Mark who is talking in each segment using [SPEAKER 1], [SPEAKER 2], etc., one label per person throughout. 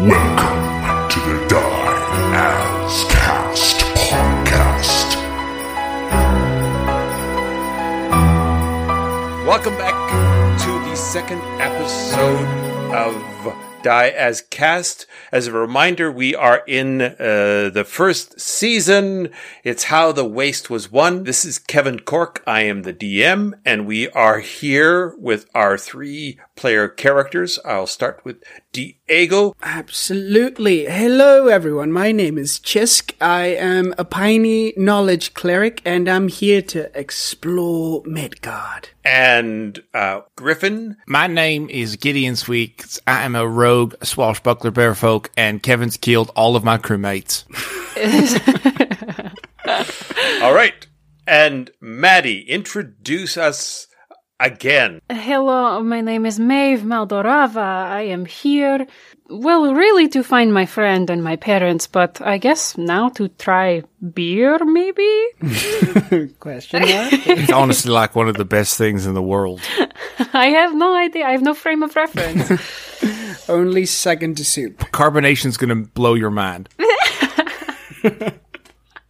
[SPEAKER 1] Welcome to the Die As Cast podcast.
[SPEAKER 2] Welcome back to the second episode of Die as Cast. As a reminder, we are in uh, the first season. It's How the Waste Was Won. This is Kevin Cork. I am the DM, and we are here with our three player characters. I'll start with Diego.
[SPEAKER 3] Absolutely. Hello, everyone. My name is Chisk. I am a piney knowledge cleric, and I'm here to explore Midgard.
[SPEAKER 2] And uh, Griffin
[SPEAKER 4] My name is Gideon Sweets. I am a rogue swashbuckler bear folk, and Kevin's killed all of my crewmates.
[SPEAKER 2] All right. And Maddie, introduce us again.
[SPEAKER 5] Hello, my name is Maeve Maldorava. I am here, well, really to find my friend and my parents, but I guess now to try beer, maybe?
[SPEAKER 3] Question mark?
[SPEAKER 4] It's honestly like one of the best things in the world.
[SPEAKER 5] I have no idea. I have no frame of reference.
[SPEAKER 3] Only second to soup.
[SPEAKER 4] Carbonation's gonna blow your mind.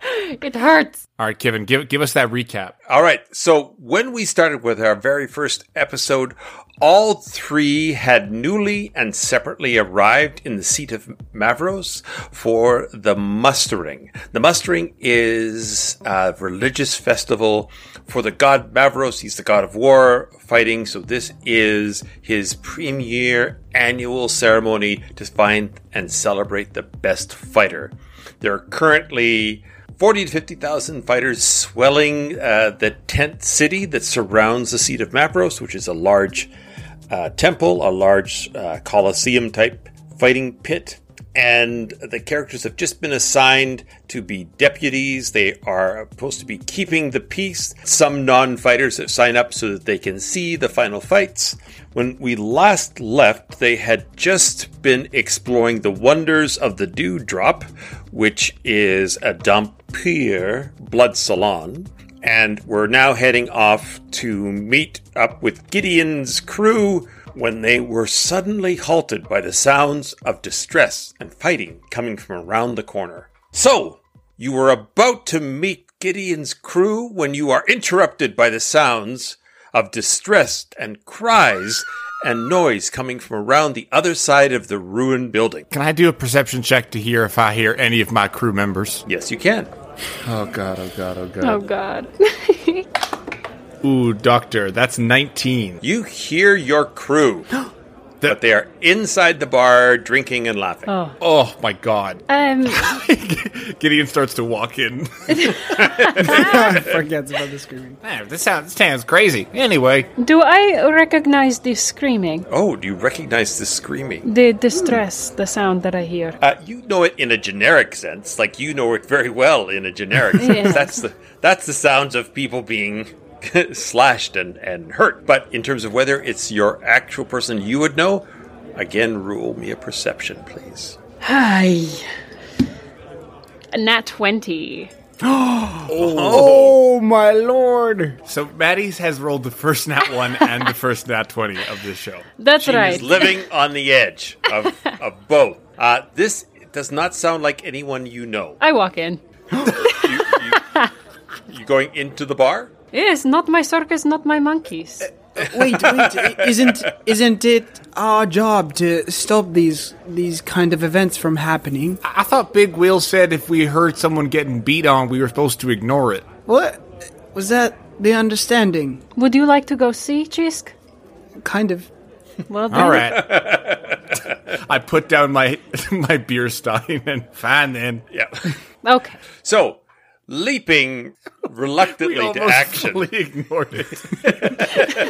[SPEAKER 5] it hurts.
[SPEAKER 4] All right, Kevin, give give us that recap.
[SPEAKER 2] All right. So when we started with our very first episode, all three had newly and separately arrived in the seat of Mavros for the mustering. The mustering is a religious festival for the god Mavros. He's the god of war, fighting. So this is his premier annual ceremony to find and celebrate the best fighter. There are currently 40 to 50,000 fighters swelling uh, the tent city that surrounds the seat of Mavros, which is a large uh, temple, a large uh, coliseum type fighting pit. And the characters have just been assigned to be deputies. They are supposed to be keeping the peace. Some non fighters have signed up so that they can see the final fights. When we last left, they had just been exploring the wonders of the Dewdrop, which is a Dampier blood salon. And we're now heading off to meet up with Gideon's crew when they were suddenly halted by the sounds of distress and fighting coming from around the corner. So, you were about to meet Gideon's crew when you are interrupted by the sounds of distress and cries and noise coming from around the other side of the ruined building.
[SPEAKER 4] Can I do a perception check to hear if I hear any of my crew members?
[SPEAKER 2] Yes, you can.
[SPEAKER 4] Oh god, oh god, oh god.
[SPEAKER 5] Oh, God.
[SPEAKER 4] Ooh, doctor, that's 19.
[SPEAKER 2] You hear your crew, but
[SPEAKER 4] That-
[SPEAKER 2] they are inside the bar drinking and laughing.
[SPEAKER 4] oh my god.
[SPEAKER 5] um,
[SPEAKER 4] Gideon starts to walk in.
[SPEAKER 3] Forgets about the screaming.
[SPEAKER 4] Man, this sounds this sounds crazy. Anyway,
[SPEAKER 5] do I recognize this screaming?
[SPEAKER 2] Oh, do you recognize this screaming?
[SPEAKER 5] The distress, the sound that I hear.
[SPEAKER 2] Uh, you know it in a generic sense, like you know it very well in a generic sense.
[SPEAKER 5] Yeah.
[SPEAKER 2] That's the that's the sounds of people being slashed and and hurt. But in terms of whether it's your actual person you would know, again, rule me a perception, please.
[SPEAKER 5] Hi. Nat 20.
[SPEAKER 3] Oh, my lord.
[SPEAKER 4] so Maddie's has rolled the first nat 1 and the first nat 20 of this show.
[SPEAKER 5] That's
[SPEAKER 2] She
[SPEAKER 5] right.
[SPEAKER 2] is living on the edge of of both. Uh, this does not sound like anyone you know.
[SPEAKER 5] I walk in.
[SPEAKER 2] You, you, you going into the bar?
[SPEAKER 5] Yes, not my circus, not my
[SPEAKER 4] Eh.
[SPEAKER 5] monkeys.
[SPEAKER 3] Wait, wait. i- Isn't isn't it our job to stop these these kind of events from happening?
[SPEAKER 4] I thought Big Will said if we heard someone getting beat on, we were supposed to ignore it.
[SPEAKER 3] What was that? The understanding,
[SPEAKER 5] Would you like to go see Chisk?
[SPEAKER 3] kind of.
[SPEAKER 5] Well, then.
[SPEAKER 4] All right. I put down my my beer stein and fine then.
[SPEAKER 2] Yeah.
[SPEAKER 5] Okay.
[SPEAKER 2] So, leaping reluctantly to
[SPEAKER 4] almost
[SPEAKER 2] action.
[SPEAKER 4] fully ignored it.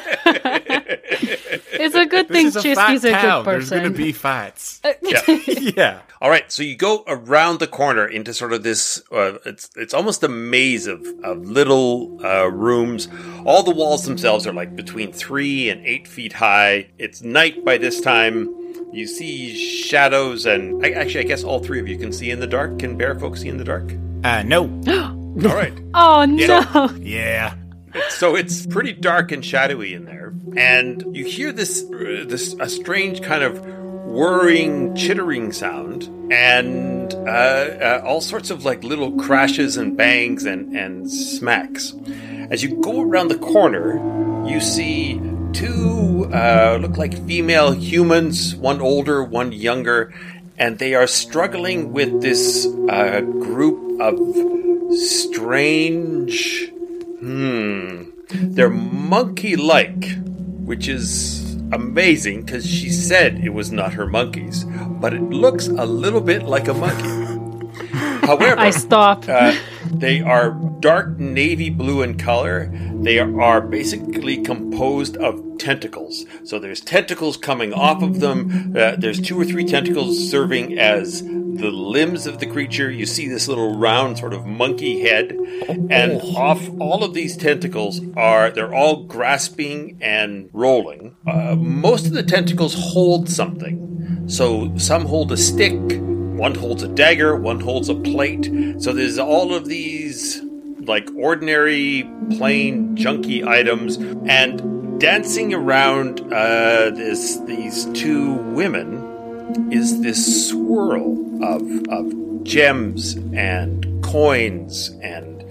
[SPEAKER 5] It's a good thing
[SPEAKER 4] This is a
[SPEAKER 5] Chisk
[SPEAKER 4] fight
[SPEAKER 5] is a
[SPEAKER 4] town.
[SPEAKER 5] good
[SPEAKER 4] There's
[SPEAKER 5] person.
[SPEAKER 4] gonna be fights.
[SPEAKER 2] Yeah.
[SPEAKER 4] yeah.
[SPEAKER 2] All right. So you go around the corner into sort of this. Uh, it's it's almost a maze of of little uh, rooms. All the walls themselves are like between three and eight feet high. It's night by this time. You see shadows, and I, actually, I guess all three of you can see in the dark. Can bear folk see in the dark?
[SPEAKER 4] Uh no.
[SPEAKER 2] All right.
[SPEAKER 5] oh no!
[SPEAKER 4] Yeah.
[SPEAKER 2] So it's pretty dark and shadowy in there, and you hear this uh, this a strange kind of whirring, chittering sound, and uh, uh, all sorts of like little crashes and bangs and, and smacks. As you go around the corner, you see two uh, look like female humans, one older, one younger, and they are struggling with this uh, group of strange. Hmm. They're monkey like, which is amazing because she said it was not her monkeys, but it looks a little bit like a monkey. However,
[SPEAKER 5] I stop.
[SPEAKER 2] uh, they are dark navy blue in color. They are basically composed of tentacles. So there's tentacles coming off of them. Uh, there's two or three tentacles serving as the limbs of the creature. You see this little round sort of monkey head, and off all of these tentacles are they're all grasping and rolling. Uh, most of the tentacles hold something. So some hold a stick. One holds a dagger, one holds a plate. So there's all of these like ordinary, plain, junky items, and dancing around uh, this these two women is this swirl of of gems and coins and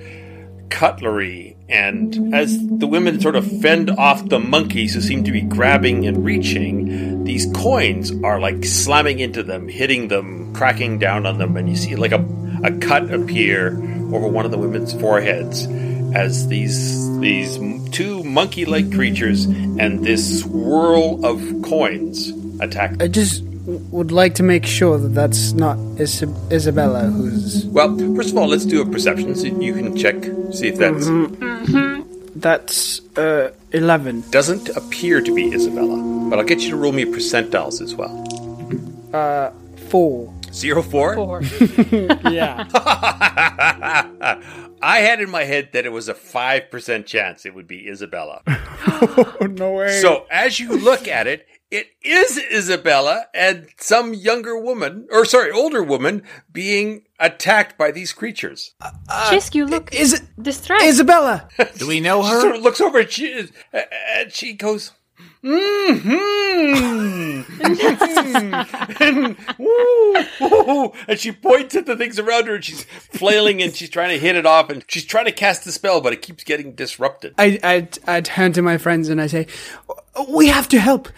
[SPEAKER 2] cutlery. And as the women sort of fend off the monkeys who seem to be grabbing and reaching, these coins are like slamming into them, hitting them, cracking down on them. And you see like a, a cut appear over one of the women's foreheads as these these two monkey-like creatures and this swirl of coins attack.
[SPEAKER 3] I just w- would like to make sure that that's not Is- Isabella who's.
[SPEAKER 2] Well, first of all, let's do a perception so you can check, see if that
[SPEAKER 3] That's uh, 11.
[SPEAKER 2] doesn't appear to be Isabella. But I'll get you to roll me percentiles as well.
[SPEAKER 3] Four.
[SPEAKER 2] Zero four?
[SPEAKER 5] Four.
[SPEAKER 3] Yeah.
[SPEAKER 2] I had in my head that it was a 5% chance it would be Isabella.
[SPEAKER 3] no way.
[SPEAKER 2] so as you look at it, it is Isabella and some younger woman, or sorry, older woman, being attacked by these creatures.
[SPEAKER 5] Chisk, you look
[SPEAKER 3] Is it
[SPEAKER 5] distressed.
[SPEAKER 3] Isabella?
[SPEAKER 4] Do we know
[SPEAKER 2] She sort
[SPEAKER 4] her?
[SPEAKER 2] of looks over and she, and she goes, mm-hmm. and, ooh, ooh," and she points at the things around her and she's flailing and she's trying to hit it off and she's trying to cast the spell, but it keeps getting disrupted.
[SPEAKER 3] I, I, I turn to my friends and I say, "We have to help.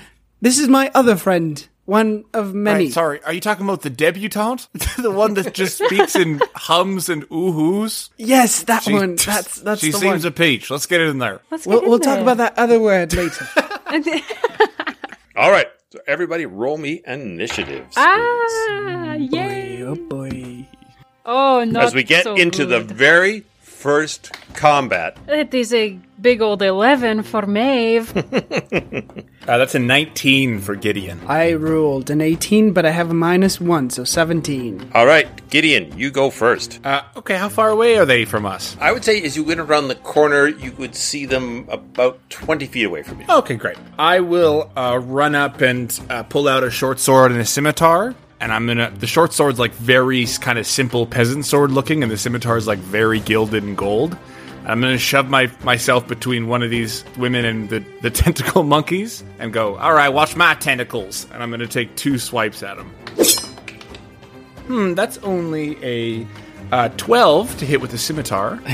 [SPEAKER 3] This is my other friend, one of many."
[SPEAKER 4] Right, sorry, are you talking about the debutante? the one that just speaks in hums and ooh-hoos?
[SPEAKER 3] Yes, that
[SPEAKER 4] She-
[SPEAKER 3] one. That's that's
[SPEAKER 4] She
[SPEAKER 3] the
[SPEAKER 4] seems
[SPEAKER 3] one.
[SPEAKER 4] a peach. Let's get it in there.
[SPEAKER 5] Let's
[SPEAKER 3] we'll
[SPEAKER 5] get in
[SPEAKER 3] we'll talk
[SPEAKER 5] there.
[SPEAKER 3] about that other word later.
[SPEAKER 2] All right. So everybody roll me initiatives.
[SPEAKER 5] ah, yay.
[SPEAKER 3] oh boy.
[SPEAKER 5] Oh, no.
[SPEAKER 2] As we get into the very first combat.
[SPEAKER 5] It is a big old 11 for Maeve.
[SPEAKER 4] Uh, that's a 19 for Gideon.
[SPEAKER 3] I rolled an 18, but I have a minus one, so 17.
[SPEAKER 2] All right, Gideon, you go first.
[SPEAKER 4] Uh, okay, how far away are they from us?
[SPEAKER 2] I would say as you went around the corner, you would see them about 20 feet away from you.
[SPEAKER 4] Okay, great. I will uh, run up and uh, pull out a short sword and a scimitar. And I'm gonna. The short sword's like very kind of simple peasant sword looking, and the scimitar is like very gilded and gold. I'm gonna shove my myself between one of these women and the, the tentacle monkeys and go. All right, watch my tentacles. And I'm gonna take two swipes at them. Hmm, that's only a uh, twelve to hit with the scimitar.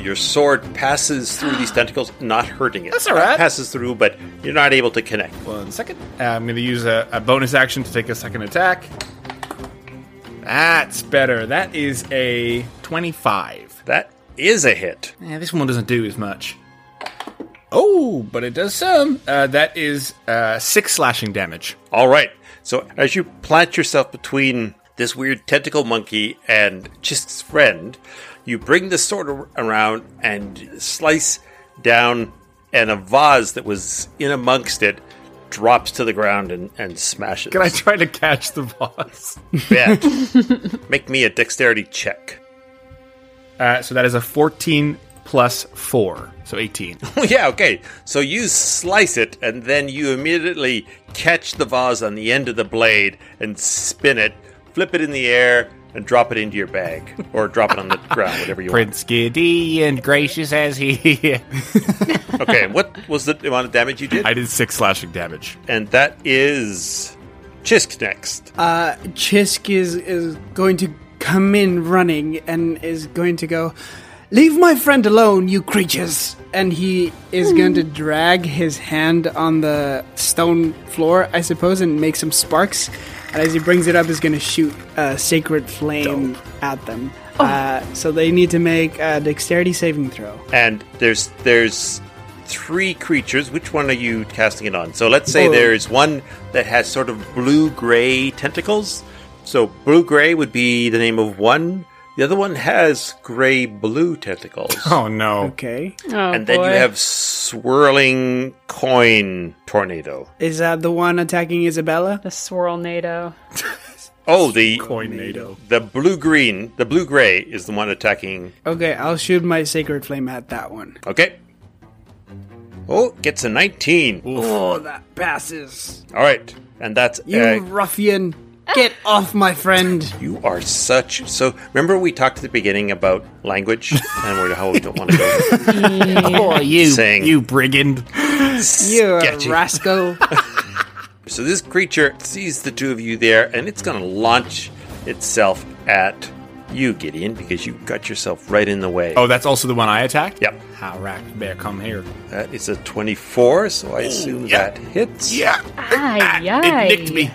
[SPEAKER 2] Your sword passes through these tentacles, not hurting it.
[SPEAKER 4] That's all right.
[SPEAKER 2] It passes through, but you're not able to connect.
[SPEAKER 4] One second. Uh, I'm going to use a, a bonus action to take a second attack. That's better. That is a 25.
[SPEAKER 2] That is a hit.
[SPEAKER 4] Yeah, this one doesn't do as much. Oh, but it does some. Uh, that is uh, six slashing damage.
[SPEAKER 2] All right. So as you plant yourself between this weird tentacle monkey and Chisk's friend, you bring the sword ar- around and slice down, and a vase that was in amongst it drops to the ground and, and smashes.
[SPEAKER 4] Can I try to catch the boss?
[SPEAKER 2] bet? Make me a dexterity check.
[SPEAKER 4] Uh, so that is a 14 plus 4. So 18.
[SPEAKER 2] yeah, okay. So you slice it, and then you immediately catch the vase on the end of the blade and spin it, flip it in the air, and drop it into your bag or drop it on the ground, whatever you want.
[SPEAKER 4] Gideon, gracious as he.
[SPEAKER 2] Okay, what was the amount of damage you did?
[SPEAKER 4] I did six slashing damage.
[SPEAKER 2] And that is Chisk next.
[SPEAKER 3] Chisk is, is going to come in running and is going to go, Leave my friend alone, you creatures! And he is going to drag his hand on the stone floor, I suppose, and make some sparks. And as he brings it up, is going to shoot a sacred flame at them. Uh, so they need to make a dexterity saving throw.
[SPEAKER 2] and there's there's three creatures. Which one are you casting it on? So let's say
[SPEAKER 3] Blue.
[SPEAKER 2] there's one that has sort of blue gray tentacles. So blue gray would be the name of one. The other one has gray blue tentacles.
[SPEAKER 4] Oh no.
[SPEAKER 3] Okay.
[SPEAKER 5] Oh,
[SPEAKER 2] and then
[SPEAKER 5] boy.
[SPEAKER 2] you have swirling coin tornado.
[SPEAKER 3] Is that the one attacking Isabella?
[SPEAKER 5] the swirl NATO.
[SPEAKER 2] Oh, the
[SPEAKER 4] Coinado.
[SPEAKER 2] the blue green, the blue gray is the one attacking.
[SPEAKER 3] Okay, I'll shoot my sacred flame at that one.
[SPEAKER 2] Okay. Oh, gets a 19.
[SPEAKER 3] Oh, that passes.
[SPEAKER 2] All right. And that's
[SPEAKER 3] You
[SPEAKER 2] uh,
[SPEAKER 3] ruffian! Get off my friend!
[SPEAKER 2] You are such so. Remember, we talked at the beginning about language and we're how we don't want to go
[SPEAKER 4] Oh, you,
[SPEAKER 2] Saying-
[SPEAKER 4] you brigand.
[SPEAKER 3] You
[SPEAKER 2] sketchy.
[SPEAKER 3] rascal!
[SPEAKER 2] So this creature sees the two of you there, and it's going to launch itself at you, Gideon, because you got yourself right in the way.
[SPEAKER 4] Oh, that's also the one I attacked?
[SPEAKER 2] Yep.
[SPEAKER 4] How rack bear come here.
[SPEAKER 2] that is a twenty-four. So I assume
[SPEAKER 4] Oh, yeah.
[SPEAKER 2] that hits.
[SPEAKER 4] Yeah.
[SPEAKER 5] Aye, aye.
[SPEAKER 4] It nicked me.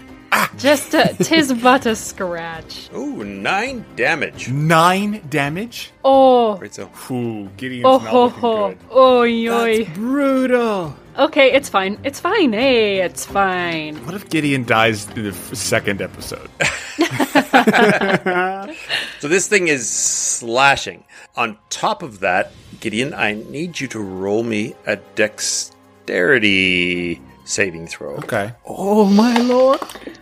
[SPEAKER 5] Just a, tis but a scratch.
[SPEAKER 2] Ooh, nine damage.
[SPEAKER 4] Nine damage?
[SPEAKER 5] Oh,
[SPEAKER 2] Right, so
[SPEAKER 4] Ooh, Gideon's
[SPEAKER 5] oh
[SPEAKER 4] not
[SPEAKER 5] ho
[SPEAKER 4] looking
[SPEAKER 5] ho,
[SPEAKER 4] good.
[SPEAKER 5] oh yoy.
[SPEAKER 3] Brutal!
[SPEAKER 5] Okay, it's fine. It's fine. Hey, it's fine.
[SPEAKER 4] What if Gideon dies in the f- second episode?
[SPEAKER 2] So this thing is slashing. On top of that, Gideon, I need you to roll me a dexterity saving throw.
[SPEAKER 4] okay.
[SPEAKER 3] Oh my lord!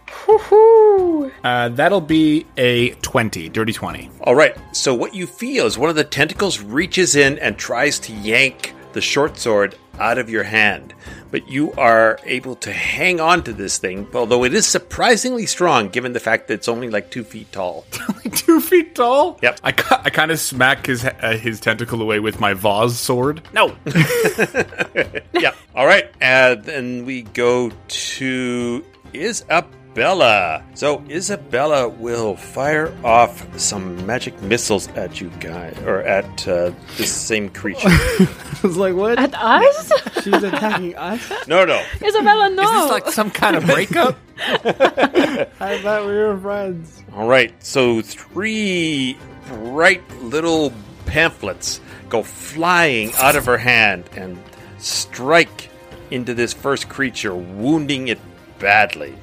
[SPEAKER 5] Woohoo!
[SPEAKER 4] Uh, that'll be a 20, dirty 20.
[SPEAKER 2] All right. So what you feel is one of the tentacles reaches in and tries to yank the short sword out of your hand, but you are able to hang on to this thing, although it is surprisingly strong given the fact that it's only like two feet tall.
[SPEAKER 4] Two feet tall?
[SPEAKER 2] Yep.
[SPEAKER 4] I, ki- I kind of smack his uh, his tentacle away with my Vaz sword. No.
[SPEAKER 2] yeah. All right. And then we go to Isabella. So Isabella will fire off some magic missiles at you guys, or at uh, this same creature.
[SPEAKER 3] I was like, what?
[SPEAKER 5] At us?
[SPEAKER 3] She's attacking us?
[SPEAKER 2] no, no.
[SPEAKER 5] Isabella, no.
[SPEAKER 4] some kind of breakup?
[SPEAKER 3] I thought we were friends.
[SPEAKER 2] All right. So three bright little pamphlets go flying out of her hand and strike into this first creature, wounding it badly.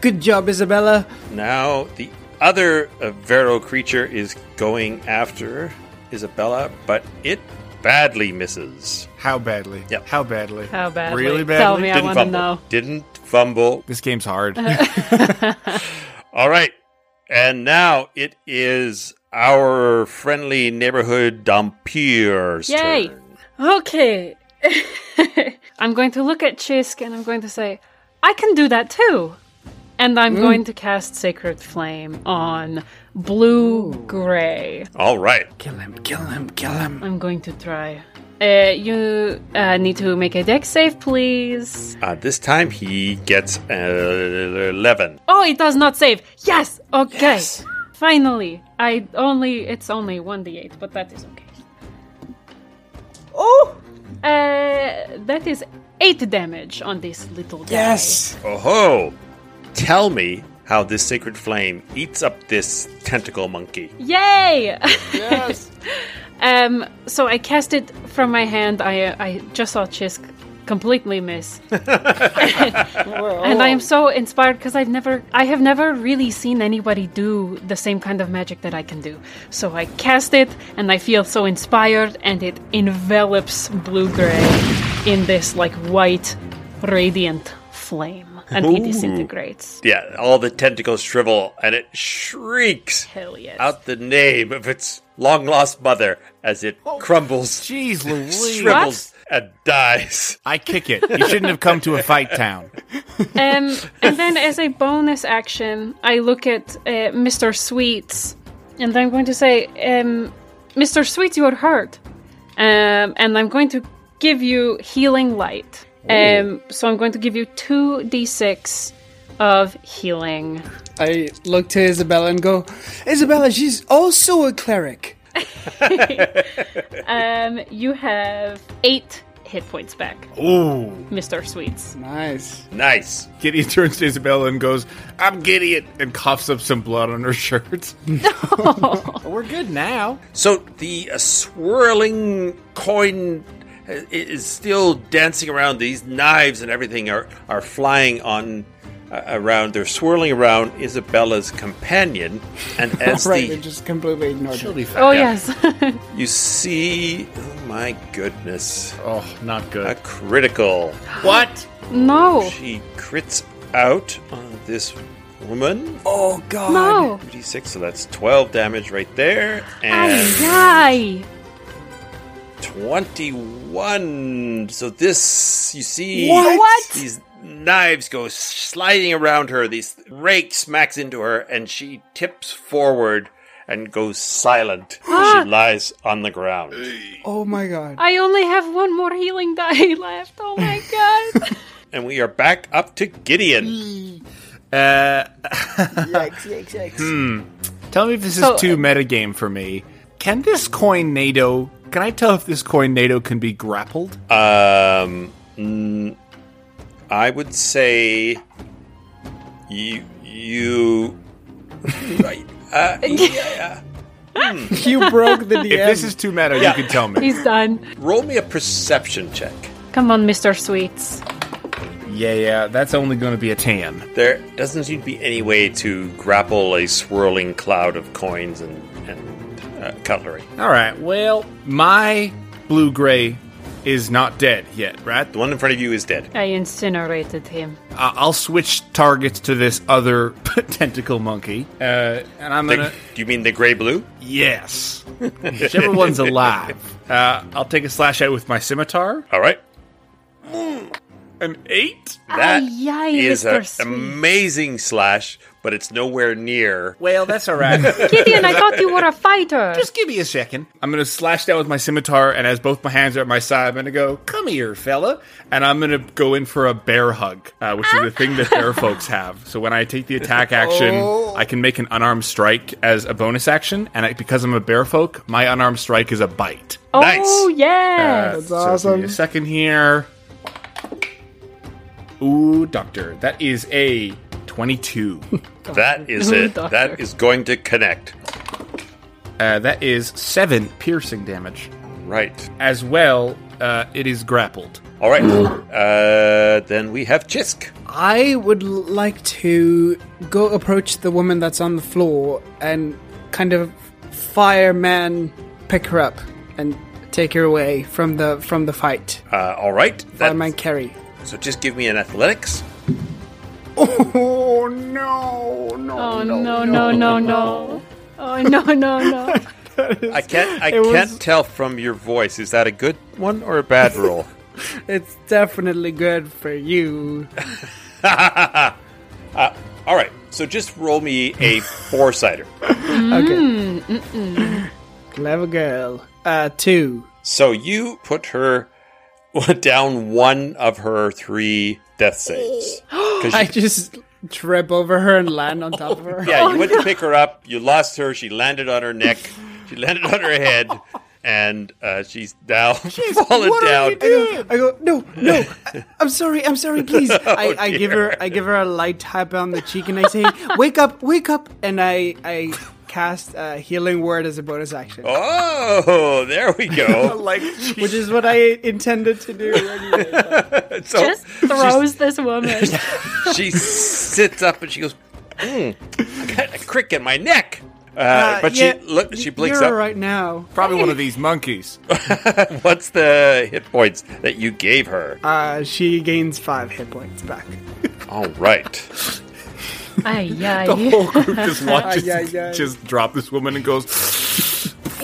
[SPEAKER 3] Good job, Isabella.
[SPEAKER 2] Now the other uh, Vero creature is going after Isabella, but it badly misses.
[SPEAKER 4] How badly?
[SPEAKER 2] Yep.
[SPEAKER 4] How badly?
[SPEAKER 5] How badly?
[SPEAKER 4] Really badly?
[SPEAKER 5] Tell me, I want to
[SPEAKER 2] fumble.
[SPEAKER 5] know.
[SPEAKER 2] Didn't fumble.
[SPEAKER 4] This game's hard.
[SPEAKER 5] uh,
[SPEAKER 2] All right, and now it is our friendly neighborhood Dampire's
[SPEAKER 5] Yay.
[SPEAKER 2] turn.
[SPEAKER 5] Okay. I'm going to look at Chisk and I'm going to say, I can do that too. And
[SPEAKER 4] Mm.
[SPEAKER 5] I'm going to cast Sacred Flame on blue gray.
[SPEAKER 2] All right.
[SPEAKER 3] Kill him, kill him, kill him.
[SPEAKER 5] I'm going to try. Uh, you uh, need to make a deck save, please.
[SPEAKER 2] Uh, this time he gets uh, 11.
[SPEAKER 5] Oh, it does not save. Yes. Okay. Finally, I only it's only one d8, but that is okay. Oh, uh, that is eight damage on this little guy.
[SPEAKER 3] Yes!
[SPEAKER 2] Oh ho! Tell me how this sacred flame eats up this tentacle monkey.
[SPEAKER 5] Yay! Yes. um. So I cast it from my hand. I uh, I just saw Chisk completely miss, and I am so inspired because I've never I have never really seen anybody do the same kind of magic that I can do. So I cast it, and I feel so inspired, and it envelops blue gray in this like white, radiant flame, and
[SPEAKER 2] Ooh.
[SPEAKER 5] it disintegrates.
[SPEAKER 2] Yeah, all the tentacles shrivel and it shrieks
[SPEAKER 5] Hell yes.
[SPEAKER 2] out the name of its long lost mother as it crumbles,
[SPEAKER 4] Jeez Louise.
[SPEAKER 2] shrivels, and dies.
[SPEAKER 4] I kick it. You shouldn't have come to a fight town.
[SPEAKER 5] Um, and then, as a bonus action, I look at uh, Mr. Sweets, and I'm going to say, um, "Mr. Sweets, you're hurt," um, and I'm going to give you healing light. Um, so I'm going to give you two d6 of healing.
[SPEAKER 3] I look to Isabella and go, Isabella, she's also a cleric.
[SPEAKER 5] Um, you have eight hit points back,
[SPEAKER 4] Ooh.
[SPEAKER 5] Mister Sweets.
[SPEAKER 3] Nice.
[SPEAKER 2] Nice.
[SPEAKER 4] Gideon turns to Isabella and goes, I'm Gideon, and coughs up some blood on her shirt. We're good now.
[SPEAKER 2] So the uh, swirling coin uh, i- is still dancing around. These knives and everything are, are flying on uh, around. They're swirling around Isabella's companion, and as
[SPEAKER 3] Right,
[SPEAKER 2] the
[SPEAKER 3] we just completely ignored it.
[SPEAKER 5] Oh yes.
[SPEAKER 2] you see, oh my goodness,
[SPEAKER 4] Oh, not
[SPEAKER 2] a
[SPEAKER 4] good.
[SPEAKER 2] critical.
[SPEAKER 4] What?
[SPEAKER 5] no.
[SPEAKER 2] She crits out on this woman.
[SPEAKER 3] Oh, God.
[SPEAKER 5] No.
[SPEAKER 2] 36, so that's 12 damage right there. And
[SPEAKER 5] Aye, aye.
[SPEAKER 2] 21. So this, you see,
[SPEAKER 3] What? What?
[SPEAKER 2] These knives go sliding around her. These rake smacks into her, and she tips forward and goes silent.
[SPEAKER 3] Ah.
[SPEAKER 2] She lies on the ground.
[SPEAKER 3] Oh, my God.
[SPEAKER 5] I only have one more healing die left. Oh my god.
[SPEAKER 2] And we are back up to Gideon.
[SPEAKER 4] Uh, hmm. Tell me if this is
[SPEAKER 5] So,
[SPEAKER 4] too
[SPEAKER 5] uh,
[SPEAKER 4] metagame for me. Can this coin NATO? Can I tell if this coin NATO can be grappled?
[SPEAKER 2] Um, mm, I would say you. you right. Uh, yeah.
[SPEAKER 3] you broke the DM.
[SPEAKER 4] If this is too meta, you can tell me.
[SPEAKER 5] He's done.
[SPEAKER 2] Roll me a perception check.
[SPEAKER 5] Come on, Mister Sweets.
[SPEAKER 4] Yeah, yeah, that's only going to be a tan.
[SPEAKER 2] There doesn't seem to be any way to grapple a swirling cloud of coins and, and uh, cutlery.
[SPEAKER 4] All right. Well, my blue gray is not dead yet, right?
[SPEAKER 2] The one in front of you is dead.
[SPEAKER 5] I incinerated him.
[SPEAKER 4] I- I'll switch targets to this other tentacle monkey, uh, and I'm
[SPEAKER 2] The-
[SPEAKER 4] gonna
[SPEAKER 2] do you mean the gray blue?
[SPEAKER 4] yes, whichever one's alive. Uh, I'll take a slash out with my scimitar.
[SPEAKER 2] All right.
[SPEAKER 4] An eight.
[SPEAKER 2] that is
[SPEAKER 5] Ay, ay,
[SPEAKER 2] an
[SPEAKER 5] Mr. Sweet.
[SPEAKER 2] amazing slash, but it's nowhere near.
[SPEAKER 4] Well, that's all right.
[SPEAKER 5] Gideon, I thought you were a fighter.
[SPEAKER 4] Just give me a second. I'm gonna slash down with my scimitar, and as both my hands are at my side, I'm gonna go, "Come here, fella," and I'm gonna go in for a bear hug, uh, which is the thing that bear folks have. So when I take the attack action, I can make an unarmed strike as a bonus action, and I, because I'm a bear folk, my unarmed strike is a bite.
[SPEAKER 5] oh
[SPEAKER 2] Nice.
[SPEAKER 5] yeah.
[SPEAKER 4] That's awesome. Give me a second here. Ooh, doctor, that is a twenty-two.
[SPEAKER 2] That is
[SPEAKER 5] No,
[SPEAKER 2] it.
[SPEAKER 5] doctor.
[SPEAKER 2] That is going to connect.
[SPEAKER 4] uh, that is seven piercing damage.
[SPEAKER 2] Right.
[SPEAKER 4] As well, uh, it is grappled.
[SPEAKER 2] All right. Uh, then we have Chisk.
[SPEAKER 3] I would l- like to go approach the woman that's on the floor and kind of fireman pick her up and take her away from the from the fight.
[SPEAKER 2] Uh, all right. That,
[SPEAKER 3] Fireman carry.
[SPEAKER 2] so just give me an athletics.
[SPEAKER 3] Oh no, no.
[SPEAKER 5] Oh no no no no. Oh no no no.
[SPEAKER 2] I can't. I
[SPEAKER 3] It was-
[SPEAKER 2] can't tell from your voice. Is that a good one or a bad roll?
[SPEAKER 3] It's definitely good for you.
[SPEAKER 2] All right, so just roll me a four cider.
[SPEAKER 3] Okay. Clever girl. Uh two.
[SPEAKER 2] So you put her down one of her three death saves. 'Cause
[SPEAKER 3] I
[SPEAKER 2] you-
[SPEAKER 3] just trip over her and land on top of her.
[SPEAKER 2] yeah, you went to pick her up. You lost her. She landed on her neck. She landed on her head, and uh, she's now fallen down.
[SPEAKER 3] I go, no, no, I- I'm sorry, I'm sorry, please.
[SPEAKER 2] Oh,
[SPEAKER 3] I, I give her, I give her a light tap on the cheek, and I say, "Wake up, wake up!" And I, I cast a healing word as a bonus action,
[SPEAKER 2] Oh, there we go.
[SPEAKER 4] Like,
[SPEAKER 3] which is what I intended to do. Anyway.
[SPEAKER 2] So
[SPEAKER 5] Just throws this woman.
[SPEAKER 2] she sits up and she goes, mm, "I got a crick in my neck." Uh, but
[SPEAKER 3] yeah,
[SPEAKER 2] she look, she blinks
[SPEAKER 3] You're
[SPEAKER 2] up.
[SPEAKER 3] all right now.
[SPEAKER 4] probably one of these monkeys.
[SPEAKER 2] What's the hit points that you gave her?
[SPEAKER 3] Uh, she gains five hit points back.
[SPEAKER 2] All right.
[SPEAKER 5] Ay
[SPEAKER 4] The
[SPEAKER 5] ay.
[SPEAKER 4] whole group just watches,
[SPEAKER 3] Ay, ay, ay.
[SPEAKER 4] just drop this woman and goes,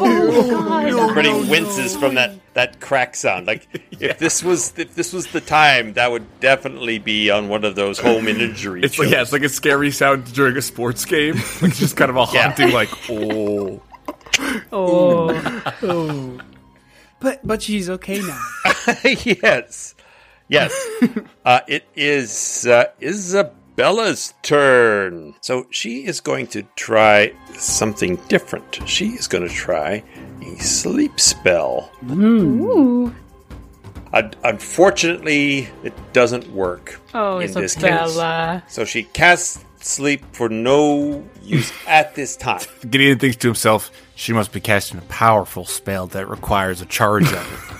[SPEAKER 2] Everybody
[SPEAKER 4] Oh,
[SPEAKER 2] winces from that, that crack sound. Like if this was if this was the time, that would definitely be on one of those home injury.
[SPEAKER 4] it's like, yeah, it's like a scary sound during a sports game. Like, it's just kind of a
[SPEAKER 2] Yeah.
[SPEAKER 4] haunting, like, oh.
[SPEAKER 5] Oh.
[SPEAKER 3] But but she's okay now.
[SPEAKER 2] yes. Yes. uh, it is uh, Isabella's turn. So she is going to try something different. She is going to try a sleep spell.
[SPEAKER 5] Ooh.
[SPEAKER 2] Un- unfortunately, it doesn't work
[SPEAKER 5] Oh,
[SPEAKER 2] in this case.
[SPEAKER 5] Isabella.
[SPEAKER 2] So she casts sleep for no use at this time.
[SPEAKER 4] Gideon thinks to himself, she must be casting a powerful spell that requires a charge of it.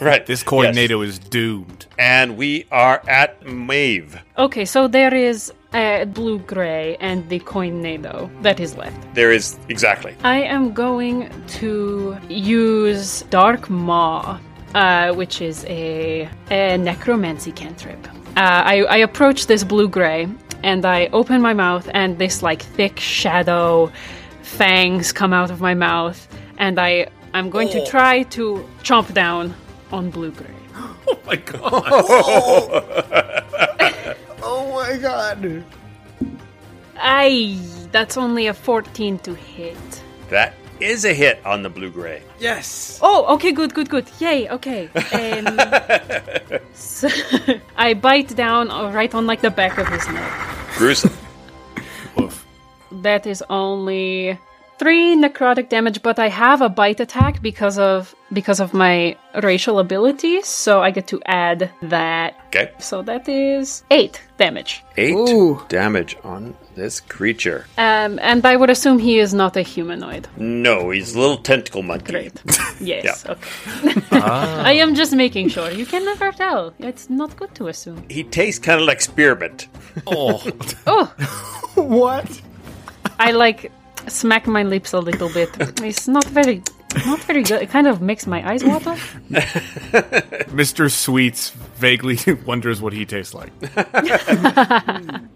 [SPEAKER 2] Right.
[SPEAKER 4] This
[SPEAKER 2] Yes.
[SPEAKER 4] coordinator is doomed.
[SPEAKER 2] And we are at Mave.
[SPEAKER 5] Okay, so there is uh, blue gray and the coin nado that is left.
[SPEAKER 2] There is exactly.
[SPEAKER 5] I am going to use Dark Maw, uh, which is a, a necromancy cantrip. Uh, I, I approach this blue gray and I open my mouth, and this like thick shadow fangs come out of my mouth, and I I'm going to try to chomp down on blue gray.
[SPEAKER 3] Oh my god.
[SPEAKER 5] Aye, that's only a 14 to hit.
[SPEAKER 2] That is a hit on the blue gray.
[SPEAKER 3] Yes.
[SPEAKER 5] Oh, okay, good, good, good. Yay, okay. Um, so I bite down uh, right on like the back of his neck.
[SPEAKER 2] Gruesome.
[SPEAKER 4] Oof.
[SPEAKER 5] That is only three necrotic damage, but I have a bite attack because of because of my racial ability, so I get to add that.
[SPEAKER 2] Okay.
[SPEAKER 5] So that is eight damage.
[SPEAKER 2] Eight
[SPEAKER 3] Ooh.
[SPEAKER 2] damage on this creature.
[SPEAKER 5] Um, and I would assume he is not a humanoid.
[SPEAKER 2] No, he's a little tentacle monkey.
[SPEAKER 5] Great. Yes. Okay. I am just making sure. You can never tell. It's not good to assume.
[SPEAKER 2] He tastes kind of like spearmint.
[SPEAKER 4] Oh,
[SPEAKER 5] Oh,
[SPEAKER 3] What?
[SPEAKER 5] I like smack my lips a little bit. It's not very, not very good. It kind of makes my eyes water.
[SPEAKER 4] Mr. Sweets vaguely wonders what he tastes like.
[SPEAKER 5] Uh,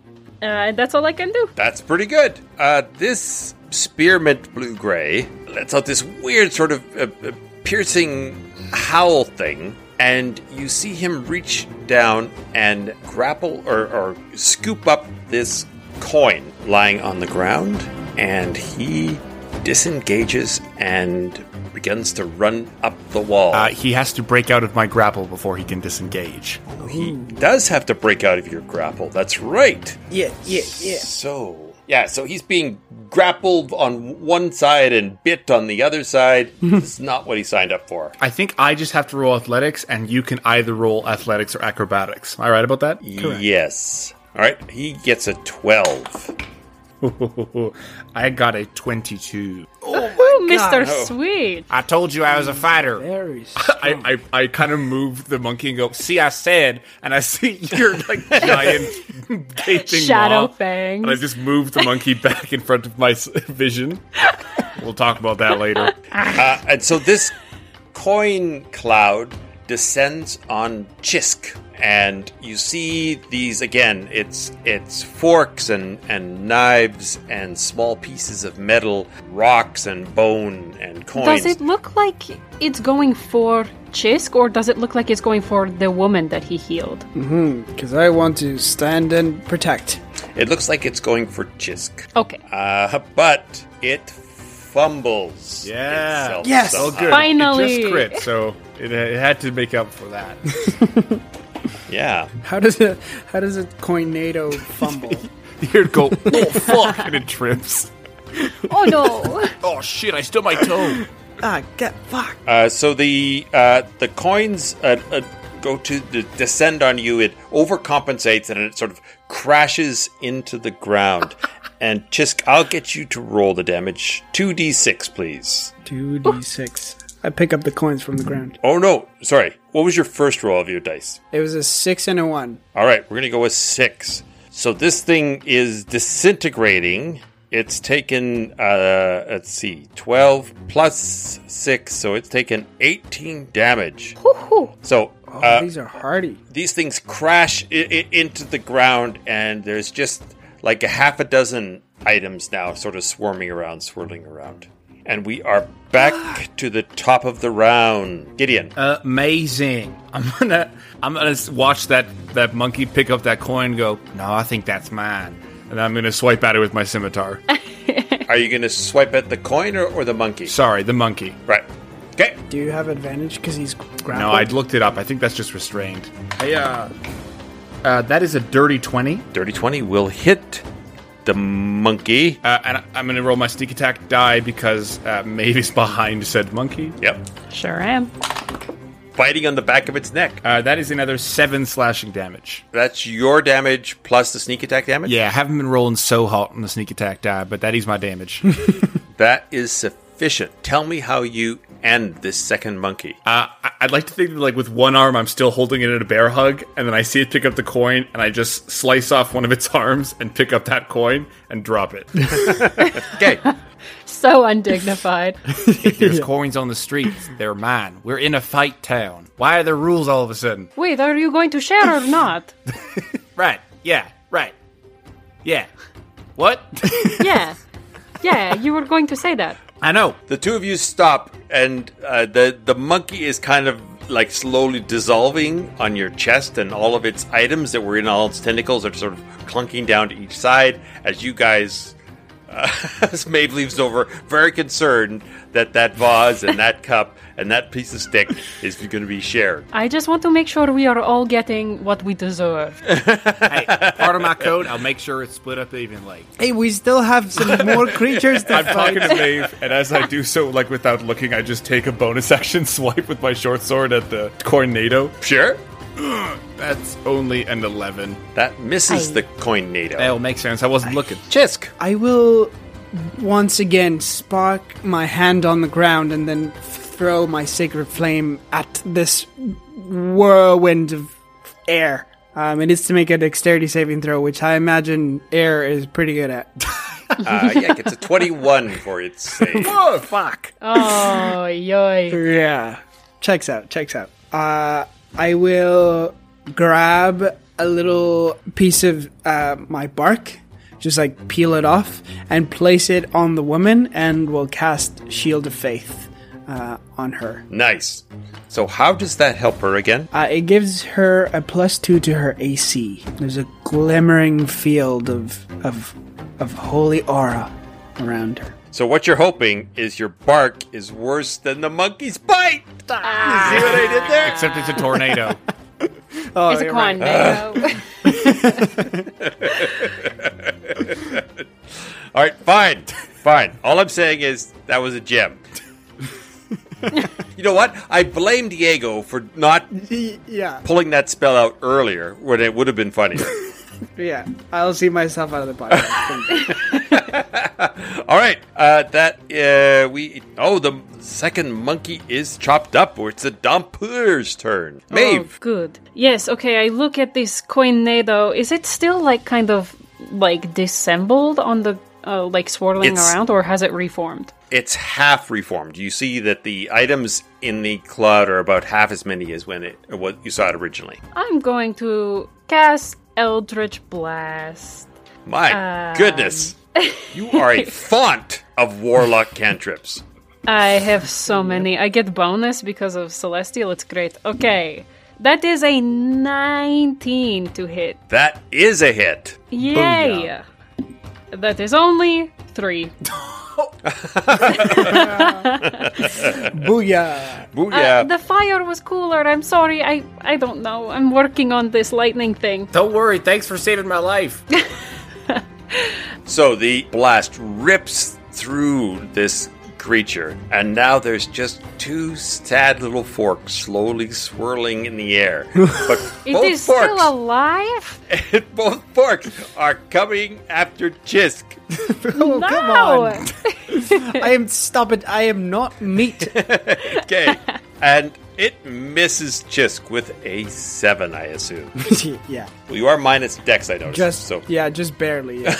[SPEAKER 5] that's all I can do.
[SPEAKER 2] That's pretty good. Uh, this spearmint blue gray lets out this weird sort of uh, uh, piercing howl thing, and you see him reach down and grapple or, or scoop up this coin lying on the ground, and he disengages and begins to run up the wall.
[SPEAKER 4] Uh, he has to break out of my grapple before he can disengage.
[SPEAKER 2] he does have to break out of your grapple. That's right.
[SPEAKER 3] Yeah, yeah, yeah.
[SPEAKER 2] So yeah, so he's being grappled on one side and bit on the other side. this is not what he signed up for.
[SPEAKER 4] I think I just have to roll athletics, and you can either roll athletics or acrobatics. Am I right about that?
[SPEAKER 2] Yes. All right, he gets a twelve.
[SPEAKER 4] I got a 22.
[SPEAKER 5] Oh, Mr. Sweet.
[SPEAKER 4] I told you I was a fighter.
[SPEAKER 3] Very
[SPEAKER 5] Hmm.
[SPEAKER 4] I, I, I kind of move the monkey and go, see, I said, and I see your like giant gaping maw.
[SPEAKER 5] Shadow fangs.
[SPEAKER 4] And I just move the monkey back in front of my s- vision. We'll talk about that later.
[SPEAKER 2] Uh, and so this coin cloud descends on Chisk, and you see these again. It's it's forks and and knives and small pieces of metal, rocks and bone and coins.
[SPEAKER 5] Does it look like it's going for Chisk, or does it look like it's going for the woman that he healed?
[SPEAKER 3] Because I want to stand and protect.
[SPEAKER 2] It looks like it's going for Chisk.
[SPEAKER 5] Okay.
[SPEAKER 2] Uh, but it fumbles.
[SPEAKER 4] Yeah.
[SPEAKER 2] itself
[SPEAKER 3] Yes.
[SPEAKER 2] somehow.
[SPEAKER 3] Oh,
[SPEAKER 4] Good. It
[SPEAKER 5] Finally.
[SPEAKER 4] just crit, so it, it had to make up for that.
[SPEAKER 2] Yeah.
[SPEAKER 3] How does a how does a coinado fumble?
[SPEAKER 4] You'd go, oh, fuck, and it trips.
[SPEAKER 5] Oh no.
[SPEAKER 4] Oh, shit, I stole my toe.
[SPEAKER 3] ah, get fuck.
[SPEAKER 2] Uh, so the uh, the coins uh, uh, go to d- descend on you. It overcompensates and it sort of crashes into the ground. and Chisk, I'll get you to roll the damage. Two d six, please.
[SPEAKER 3] Two d six. I pick up the coins from the ground.
[SPEAKER 2] Oh no, sorry. What was your first roll of your dice?
[SPEAKER 3] It was a six and a one.
[SPEAKER 2] All right, we're going to go with six. So this thing is disintegrating. It's taken, uh, let's see, 12 plus six. So it's taken 18 damage. So
[SPEAKER 3] Oh,
[SPEAKER 2] uh,
[SPEAKER 3] these are hardy.
[SPEAKER 2] these things crash I- I- into the ground, and there's just like a half a dozen items now sort of swarming around, swirling around. And we are back to the top of the round. Gideon.
[SPEAKER 4] amazing. I'm gonna I'm gonna s- watch that that monkey pick up that coin. and Go, no, I think that's mine. And I'm gonna swipe at it with my scimitar.
[SPEAKER 2] Are you going to swipe at the coin or, or the monkey?
[SPEAKER 4] Sorry, the monkey.
[SPEAKER 2] Right. Okay.
[SPEAKER 3] Do you have advantage because he's grappled?
[SPEAKER 4] No, I looked it up. I think that's just restrained. Hey, uh, uh, that is a dirty 20.
[SPEAKER 2] Dirty 20 will hit the monkey.
[SPEAKER 4] Uh, and I- I'm going to roll my sneak attack die because uh, Mavis behind said monkey.
[SPEAKER 2] Yep.
[SPEAKER 5] Sure am.
[SPEAKER 2] Biting on the back of its neck.
[SPEAKER 4] Uh, that is another seven slashing damage.
[SPEAKER 2] That's your damage plus the sneak attack damage.
[SPEAKER 4] Yeah, I haven't been rolling so hot on the sneak attack die, but that is my damage.
[SPEAKER 2] That is sufficient. Tell me how you end this second monkey.
[SPEAKER 4] Uh, I- I'd like to think that, like, with one arm, I'm still holding it in a bear hug, and then I see it pick up the coin, and I just slice off one of its arms and pick up that coin and drop it.
[SPEAKER 2] Okay.
[SPEAKER 5] So undignified.
[SPEAKER 4] There's coins on the streets. They're mine. We're in a fight town. Why are there rules all of a sudden?
[SPEAKER 5] Wait, are you going to share or not?
[SPEAKER 4] Right. Yeah. Right. Yeah. What?
[SPEAKER 5] Yeah. Yeah, you were going to say that.
[SPEAKER 4] I know.
[SPEAKER 2] the two of you stop, and uh, the the monkey is kind of like slowly dissolving on your chest, and all of its items that were in all its tentacles are sort of clunking down to each side as you guys. Uh, as Maeve leaves over, very concerned that that vase and that cup and that piece of stick is going to be shared.
[SPEAKER 5] I just want to make sure we are all getting what we deserve.
[SPEAKER 4] Hey, part of my code. I'll make sure it's split up evenly.
[SPEAKER 3] Hey, we still have some more creatures to
[SPEAKER 4] I'm
[SPEAKER 3] fight.
[SPEAKER 4] talking to Maeve, and as I do so, like without looking, I just take a bonus action swipe with my short sword at the cornado.
[SPEAKER 2] Sure,
[SPEAKER 4] That's only an eleven.
[SPEAKER 2] that misses the coin NATO.
[SPEAKER 4] will make sense. I wasn't looking.
[SPEAKER 2] Chisk,
[SPEAKER 3] I will once again spark my hand on the ground and then throw my sacred flame at this whirlwind of air. Um, it is to make a dexterity saving throw, which I imagine air is pretty good at.
[SPEAKER 2] uh, yeah, it's a twenty-one for its save.
[SPEAKER 4] Oh fuck!
[SPEAKER 5] Oh, yoy.
[SPEAKER 3] yeah. Checks out, checks out. Uh, I will grab a little piece of uh, my bark, just like peel it off, and place it on the woman, and will cast Shield of Faith uh, on her.
[SPEAKER 2] Nice. So, how does that help her again?
[SPEAKER 3] Uh, it gives her a plus two to her AC. There's a glimmering field of of of holy aura around her.
[SPEAKER 2] So what you're hoping is your bark is worse than the monkey's bite. You see what I did there?
[SPEAKER 4] Except it's a tornado.
[SPEAKER 3] Oh,
[SPEAKER 5] It's a coin, bingo.
[SPEAKER 2] All right, fine, fine. All I'm saying is that was a gem. you know what? I blame Diego for not
[SPEAKER 3] Yeah,
[SPEAKER 2] pulling that spell out earlier, when it would have been funnier.
[SPEAKER 3] yeah. I'll see myself out of the podcast.
[SPEAKER 2] All right, uh, that uh, we oh the second monkey is chopped up, or it's the Dompeur's turn.
[SPEAKER 5] Oh,
[SPEAKER 2] Maeve,
[SPEAKER 5] good. Yes, okay, I look at this coin nado. Is it still, like, kind of, like, dissembled on the, uh, like, swirling
[SPEAKER 2] It's-
[SPEAKER 5] around, or has it reformed?
[SPEAKER 2] it's half reformed. You see that the items in the cloud are about half as many as when it what you saw it originally.
[SPEAKER 5] I'm going to cast Eldritch Blast. Um.
[SPEAKER 2] My goodness. You are a font of warlock cantrips.
[SPEAKER 5] I have so many. I get bonus because of Celestial. It's great. Okay. That is a 19 to hit.
[SPEAKER 2] That is a hit.
[SPEAKER 5] Yay! That is only three.
[SPEAKER 3] Booyah!
[SPEAKER 2] Booyah.
[SPEAKER 5] Uh, The fire was cooler. I'm sorry. I, I don't know. I'm working on this lightning thing.
[SPEAKER 4] Don't worry. Thanks for saving my life.
[SPEAKER 2] so the blast rips through this creature, and now there's just two sad little forks slowly swirling in the air. But
[SPEAKER 5] It
[SPEAKER 2] both
[SPEAKER 5] is
[SPEAKER 2] forks,
[SPEAKER 5] still alive?
[SPEAKER 2] both forks are coming after Chisk.
[SPEAKER 3] Oh,
[SPEAKER 5] no!
[SPEAKER 3] come on! I am stop it. I am not meat.
[SPEAKER 2] Okay, and it misses Chisk with a seven, I assume.
[SPEAKER 3] yeah,
[SPEAKER 2] Well, you are minus Dex, I noticed.
[SPEAKER 3] just
[SPEAKER 2] so
[SPEAKER 3] yeah, just barely. Yeah.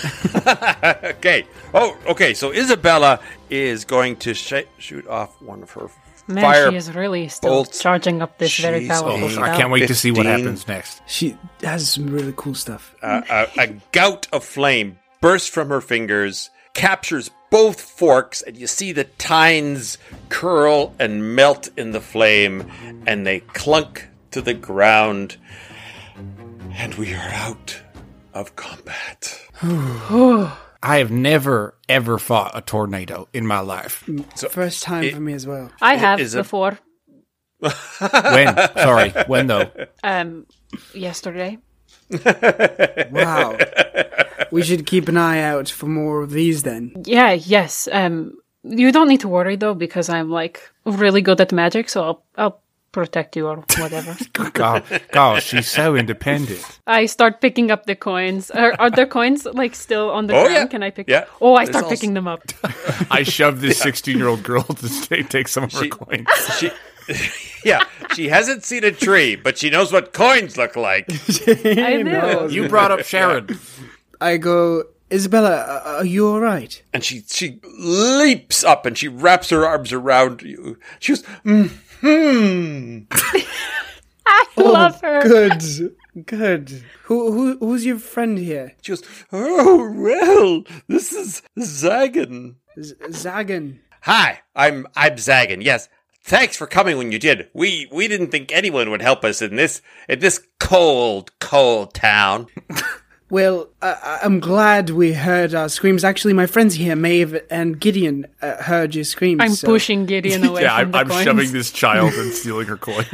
[SPEAKER 2] Okay. Oh, okay. So Isabella is going to sh- shoot off one of her
[SPEAKER 5] Man,
[SPEAKER 2] fire.
[SPEAKER 5] she is really still
[SPEAKER 2] bolts.
[SPEAKER 5] charging up this very
[SPEAKER 2] She's
[SPEAKER 5] powerful
[SPEAKER 2] a-
[SPEAKER 5] spell.
[SPEAKER 4] Oh, I can't wait to see what
[SPEAKER 2] 15.
[SPEAKER 4] happens next.
[SPEAKER 3] she has some really cool stuff.
[SPEAKER 2] uh, a, a gout of flame bursts from her fingers, captures both forks, and you see the tines curl and melt in the flame, and they clunk to the ground. And we are out of combat.
[SPEAKER 4] I have never ever fought a tornado in my life.
[SPEAKER 3] First time
[SPEAKER 2] it-
[SPEAKER 3] for me as well.
[SPEAKER 5] I have
[SPEAKER 2] is a-
[SPEAKER 5] before
[SPEAKER 4] When? Sorry, when though?
[SPEAKER 5] um, yesterday.
[SPEAKER 3] Wow. we should keep an eye out for more of these then.
[SPEAKER 5] Yeah, yes. Um, you don't need to worry though because I'm like really good at magic, so I'll I'll protect you or whatever.
[SPEAKER 4] God, God, she's so independent.
[SPEAKER 5] I start picking up the coins. Are, are there coins like still on the
[SPEAKER 2] Oh,
[SPEAKER 5] ground?
[SPEAKER 2] yeah.
[SPEAKER 5] Can I pick?
[SPEAKER 2] Yeah.
[SPEAKER 5] Oh, I
[SPEAKER 2] There's
[SPEAKER 5] start
[SPEAKER 2] all-
[SPEAKER 5] picking them up.
[SPEAKER 4] I shoved this sixteen-year-old girl to stay, take some of her
[SPEAKER 2] She-
[SPEAKER 4] coins.
[SPEAKER 2] She, yeah, she hasn't seen a tree, but she knows what coins look like.
[SPEAKER 5] I know.
[SPEAKER 4] You brought up Sharon.
[SPEAKER 3] I go, Isabella, a- are you all right?
[SPEAKER 2] And she she leaps up and she wraps her arms around you. She goes, "Mm," "Hmm."
[SPEAKER 5] I love her.
[SPEAKER 3] Good. Good. Who, who who's your friend here?
[SPEAKER 2] She goes, "Oh well, this is Zagan."
[SPEAKER 3] Z- Zagan.
[SPEAKER 2] Hi, I'm I'm Zagan. Yes, thanks for coming when you did. We we didn't think anyone would help us in this in this cold cold town.
[SPEAKER 3] Well, I- I- I'm glad we heard our screams. Actually, my friends here, Maeve and Gideon, uh, heard your screams.
[SPEAKER 5] I'm
[SPEAKER 3] so-
[SPEAKER 5] pushing Gideon away
[SPEAKER 4] Yeah,
[SPEAKER 5] from
[SPEAKER 4] I'm,
[SPEAKER 5] the
[SPEAKER 4] I'm
[SPEAKER 5] coins.
[SPEAKER 4] shoving this child and stealing her coins.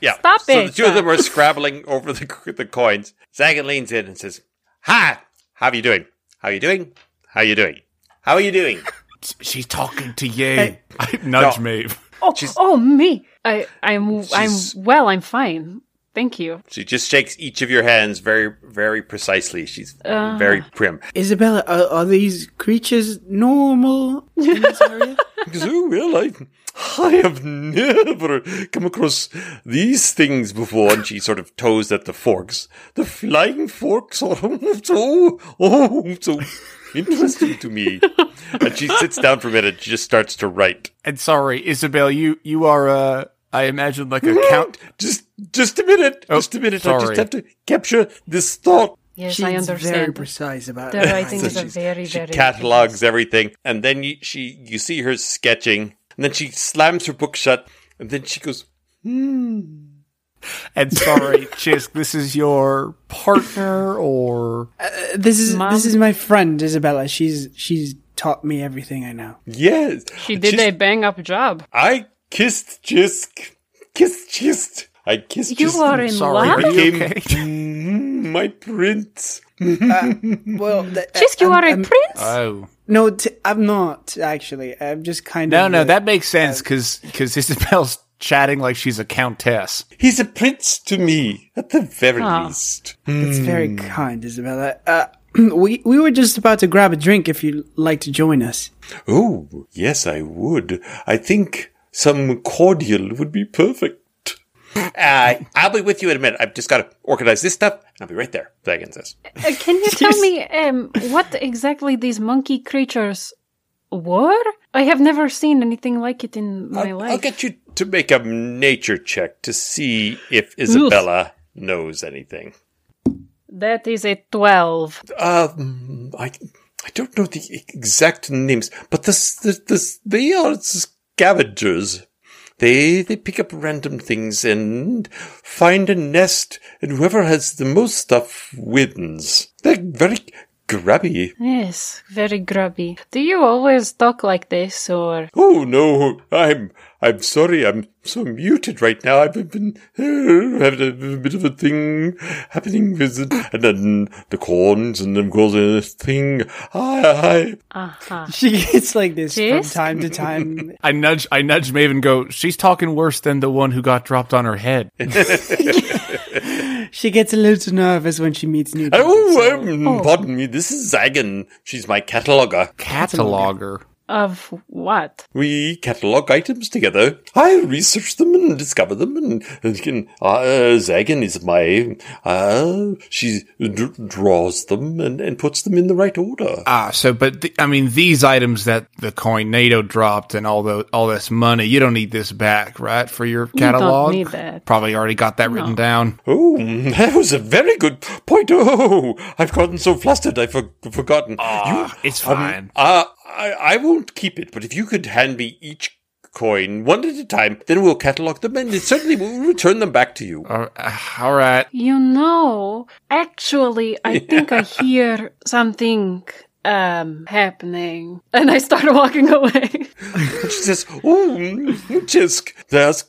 [SPEAKER 2] Yeah.
[SPEAKER 5] Stop
[SPEAKER 2] so
[SPEAKER 5] it,
[SPEAKER 2] the two of them
[SPEAKER 5] Zach.
[SPEAKER 2] are scrabbling over the the coins. Zagan leans in and says, "Hi, how are you doing? How are you doing? How are you doing? How are you doing?"
[SPEAKER 4] She's talking to you. I nudge
[SPEAKER 2] No.
[SPEAKER 4] Maeve.
[SPEAKER 5] Oh, oh me. I I'm
[SPEAKER 2] She's-
[SPEAKER 5] I'm well. I'm fine. Thank you.
[SPEAKER 2] She just shakes each of your hands very very precisely. She's
[SPEAKER 5] Uh.
[SPEAKER 2] very prim.
[SPEAKER 3] Isabella, are, are these creatures normal in this area?
[SPEAKER 2] Because, oh, well, I, I have never come across these things before. And she sort of toes at the forks. The flying forks are so, oh, so interesting to me. And she sits down for a minute. She just starts to write.
[SPEAKER 4] And sorry, Isabel, you you are uh, I imagine like a count.
[SPEAKER 2] Just, just a minute.
[SPEAKER 4] Oh,
[SPEAKER 2] just a minute. I
[SPEAKER 4] sorry.
[SPEAKER 2] just have to capture this thought.
[SPEAKER 5] Yes,
[SPEAKER 3] She's
[SPEAKER 5] I
[SPEAKER 3] very
[SPEAKER 5] understand.
[SPEAKER 3] precise about
[SPEAKER 5] The
[SPEAKER 3] it.
[SPEAKER 5] writing is a
[SPEAKER 2] she's-
[SPEAKER 5] very
[SPEAKER 2] she
[SPEAKER 5] very
[SPEAKER 2] catalogs everything and then you, she you see her sketching and then she slams her book shut and then she goes
[SPEAKER 4] And sorry, Chisk, this is your partner or
[SPEAKER 3] This is
[SPEAKER 5] Mom?
[SPEAKER 3] this is my friend Isabella. She's she's taught me everything I know.
[SPEAKER 2] yes
[SPEAKER 5] She did a
[SPEAKER 2] Just-
[SPEAKER 5] bang up job.
[SPEAKER 2] i kissed jisk kissed jist i kissed
[SPEAKER 5] You
[SPEAKER 2] Jisk.
[SPEAKER 5] are in
[SPEAKER 4] sorry,
[SPEAKER 5] love.
[SPEAKER 4] are you
[SPEAKER 2] Kim.
[SPEAKER 4] okay?
[SPEAKER 2] Mm, my prince
[SPEAKER 4] Mm.
[SPEAKER 3] Well, th-
[SPEAKER 5] Just you
[SPEAKER 3] I'm-
[SPEAKER 5] are a
[SPEAKER 3] I'm-
[SPEAKER 5] prince.
[SPEAKER 4] Oh.
[SPEAKER 3] No, t- I'm not actually. I'm just kind
[SPEAKER 4] No,
[SPEAKER 3] of
[SPEAKER 4] no,
[SPEAKER 3] like-
[SPEAKER 4] that makes sense because because Isabel's chatting like she's a countess.
[SPEAKER 2] he's a prince to me at the very
[SPEAKER 5] Aw.
[SPEAKER 2] least
[SPEAKER 3] That's
[SPEAKER 4] Mm.
[SPEAKER 3] very kind, Isabella. Uh, we we were just about to grab a drink if you'd like to join us.
[SPEAKER 2] oh yes i would i think some cordial would be perfect uh, I'll be with you in a minute. I've just got to organize this stuff, and I'll be right there. Dragon says.
[SPEAKER 5] Uh, Can you tell me um, what exactly these monkey creatures were? I have never seen anything like it in my
[SPEAKER 2] I'll,
[SPEAKER 5] life.
[SPEAKER 2] I'll get you to make a nature check to see if Isabella knows anything.
[SPEAKER 5] That is a 12.
[SPEAKER 2] Um, I I don't know the e-, exact names, but this this, this they are scavengers. They they pick up random things and find a nest, and whoever has the most stuff wins. They're very grabby.
[SPEAKER 5] Yes, very grubby. Do you always talk like this or
[SPEAKER 2] Oh no, I'm I'm sorry, I'm so muted right now. I've been uh, having a, bit of a thing happening with it, and then the corns, and of course the thing. I,
[SPEAKER 5] aha?
[SPEAKER 3] She gets like this
[SPEAKER 5] Yes?
[SPEAKER 3] from time to time.
[SPEAKER 4] I nudge I nudge Maeve and go, she's talking worse than the one who got dropped on her head.
[SPEAKER 3] she gets a little nervous when she meets new.
[SPEAKER 2] I
[SPEAKER 3] people.
[SPEAKER 2] oh, um, pardon me. This is Zagan. She's my cataloger.
[SPEAKER 4] Cataloger.
[SPEAKER 5] Of what?
[SPEAKER 2] We catalog items together. I research them and discover them, and, and can, uh, Zagan is my. Uh, she d- draws them and, and puts them in the right order.
[SPEAKER 4] Ah, so but th- I mean these items that the coin NATO dropped and all the all this money, you don't need this back, right? For your catalog.
[SPEAKER 5] need that.
[SPEAKER 4] Probably already got that written down.
[SPEAKER 2] Oh, that was a very good point. Oh, I've gotten so flustered, I've for- forgotten. you,
[SPEAKER 4] It's
[SPEAKER 2] um,
[SPEAKER 4] fine.
[SPEAKER 2] uh, I, I won't keep it, but if you could hand me each coin one at a time, then we'll catalog them and certainly we'll return them back to you.
[SPEAKER 4] All- uh, all right.
[SPEAKER 5] You know, actually, I think I hear something um, happening. And I start walking away.
[SPEAKER 2] She says, "Ooh, Tisk, there's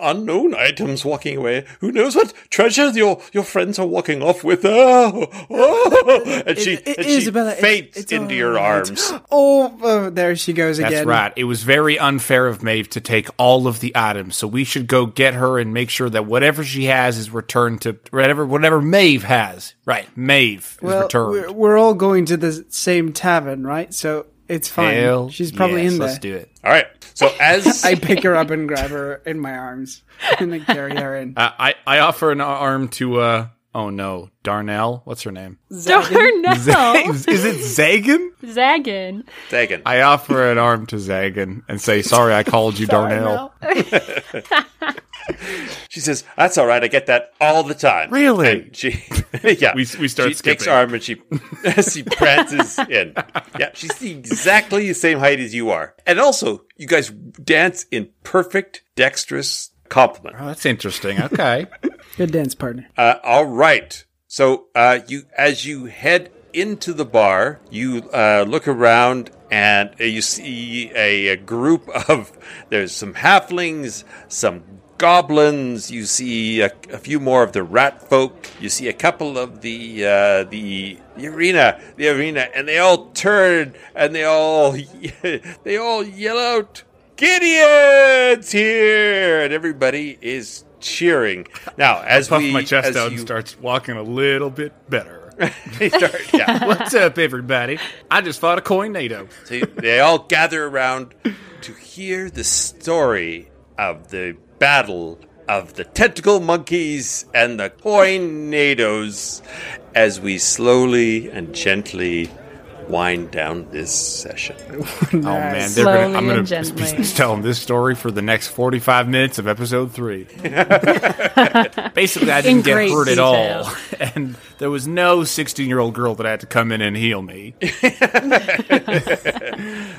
[SPEAKER 2] unknown items walking away. Who knows what treasures your your friends are walking off with?" Oh, oh. And she,
[SPEAKER 3] I- I-
[SPEAKER 2] and she
[SPEAKER 3] Isabella, it's-
[SPEAKER 2] faints
[SPEAKER 3] it's
[SPEAKER 2] into
[SPEAKER 3] all
[SPEAKER 2] your
[SPEAKER 3] right.
[SPEAKER 2] arms.
[SPEAKER 3] Oh, oh, there she goes
[SPEAKER 4] That's
[SPEAKER 3] again.
[SPEAKER 4] right. It was very unfair of Maeve to take all of the items, so we should go get her and make sure that whatever she has is returned to whatever whatever Maeve has. Right, Maeve
[SPEAKER 3] Well,
[SPEAKER 4] is returned.
[SPEAKER 3] We're, we're all going to the same tavern, right? So it's fine.
[SPEAKER 4] Hell
[SPEAKER 3] She's probably
[SPEAKER 4] yes,
[SPEAKER 3] in there.
[SPEAKER 4] Let's do it.
[SPEAKER 2] All right. So as
[SPEAKER 3] I pick her up and grab her in my arms and then carry her in.
[SPEAKER 4] Uh, I I offer an arm to uh oh no Darnell. What's her name?
[SPEAKER 5] Darn now.
[SPEAKER 4] Is it Zagan?
[SPEAKER 5] Zagging.
[SPEAKER 2] Dagon,
[SPEAKER 4] I offer an arm to Zagan and say, "Sorry, I called you Darnell."
[SPEAKER 2] she says, "That's all right. I get that all the time."
[SPEAKER 4] Really?
[SPEAKER 2] And she, yeah.
[SPEAKER 4] We- we start
[SPEAKER 2] She takes
[SPEAKER 4] skipping.
[SPEAKER 2] arm and she she prances in. Yeah, she's exactly the same height as you are, and also you guys dance in perfect dexterous compliment.
[SPEAKER 4] Oh, that's interesting. Okay.
[SPEAKER 3] Good dance partner.
[SPEAKER 2] Uh, all right. So uh, you, as you head into the bar, you uh, look around and uh, you see a, a group of. There's some halflings, some goblins. You see a, a few more of the rat folk. You see a couple of the uh, the the arena, the arena, and they all turn and they all they all yell out, "Gideon's here!" And everybody is cheering. Now, as
[SPEAKER 4] Puff
[SPEAKER 2] we
[SPEAKER 4] my chest
[SPEAKER 2] as
[SPEAKER 4] out and
[SPEAKER 2] you-
[SPEAKER 4] starts walking a little bit better.
[SPEAKER 2] they start- yeah.
[SPEAKER 4] What's up, everybody? I just fought a coin NATO.
[SPEAKER 2] So you- they all gather around to hear the story of the battle of the tentacle monkeys and the coinados as we slowly and gently wind down this session.
[SPEAKER 4] Oh man,
[SPEAKER 5] Slowly
[SPEAKER 4] they're gonna, I'm
[SPEAKER 5] and
[SPEAKER 4] gonna
[SPEAKER 5] gently.
[SPEAKER 4] be telling this story for the next 45 minutes of episode three. Basically, I
[SPEAKER 5] In
[SPEAKER 4] didn't get
[SPEAKER 5] great
[SPEAKER 4] hurt at
[SPEAKER 5] detail.
[SPEAKER 4] all, and there was no 16 year old girl that had to come in and heal me.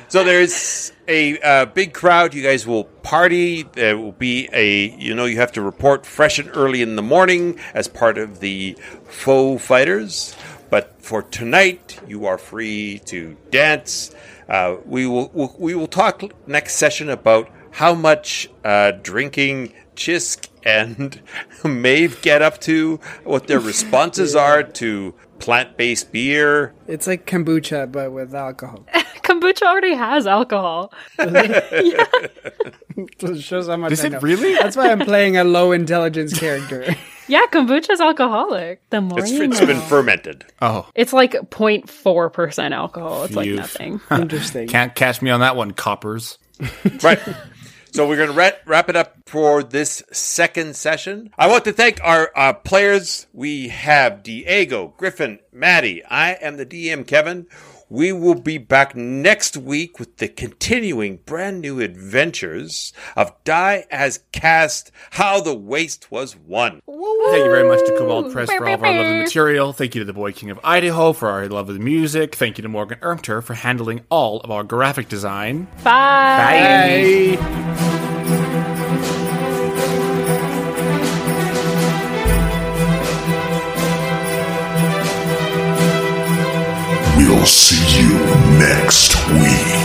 [SPEAKER 2] So there's a uh, big crowd. You guys will party. There will be a, you know, you have to report fresh and early in the morning as part of the foe fighters. But for tonight, you are free to dance. Uh, we will we'll, we will talk next session about how much uh, drinking Chisk and Maeve get up to, what their responses are to plant-based beer.
[SPEAKER 3] It's like kombucha, but with alcohol.
[SPEAKER 5] Kombucha already has alcohol.
[SPEAKER 3] It shows how much
[SPEAKER 4] Is
[SPEAKER 3] I
[SPEAKER 4] it
[SPEAKER 3] know.
[SPEAKER 4] really?
[SPEAKER 3] That's why I'm playing a low intelligence character.
[SPEAKER 5] Yeah, kombucha's alcoholic. The more
[SPEAKER 2] It's,
[SPEAKER 5] you
[SPEAKER 2] it's
[SPEAKER 5] know.
[SPEAKER 2] been fermented.
[SPEAKER 4] Oh,
[SPEAKER 5] It's like 0.4% alcohol. It's like
[SPEAKER 4] Phew.
[SPEAKER 5] nothing.
[SPEAKER 3] Interesting.
[SPEAKER 4] can't catch me on that one, coppers.
[SPEAKER 2] Right. So we're going to wrap, wrap it up for this second session. I want to thank our uh, players. We have Diego, Griffin, Maddie. I am the DM, Kevin. We will be back next week with the continuing brand new adventures of Die as Cast How the Waste Was Won.
[SPEAKER 4] Thank you very much to Cobalt Press for all of our lovely material. Thank you to the Boy King of Idaho for our love of the music. Thank you to Morgan Ermter for handling all of our graphic design.
[SPEAKER 5] Bye.
[SPEAKER 3] Hey.
[SPEAKER 1] We'll see you next week.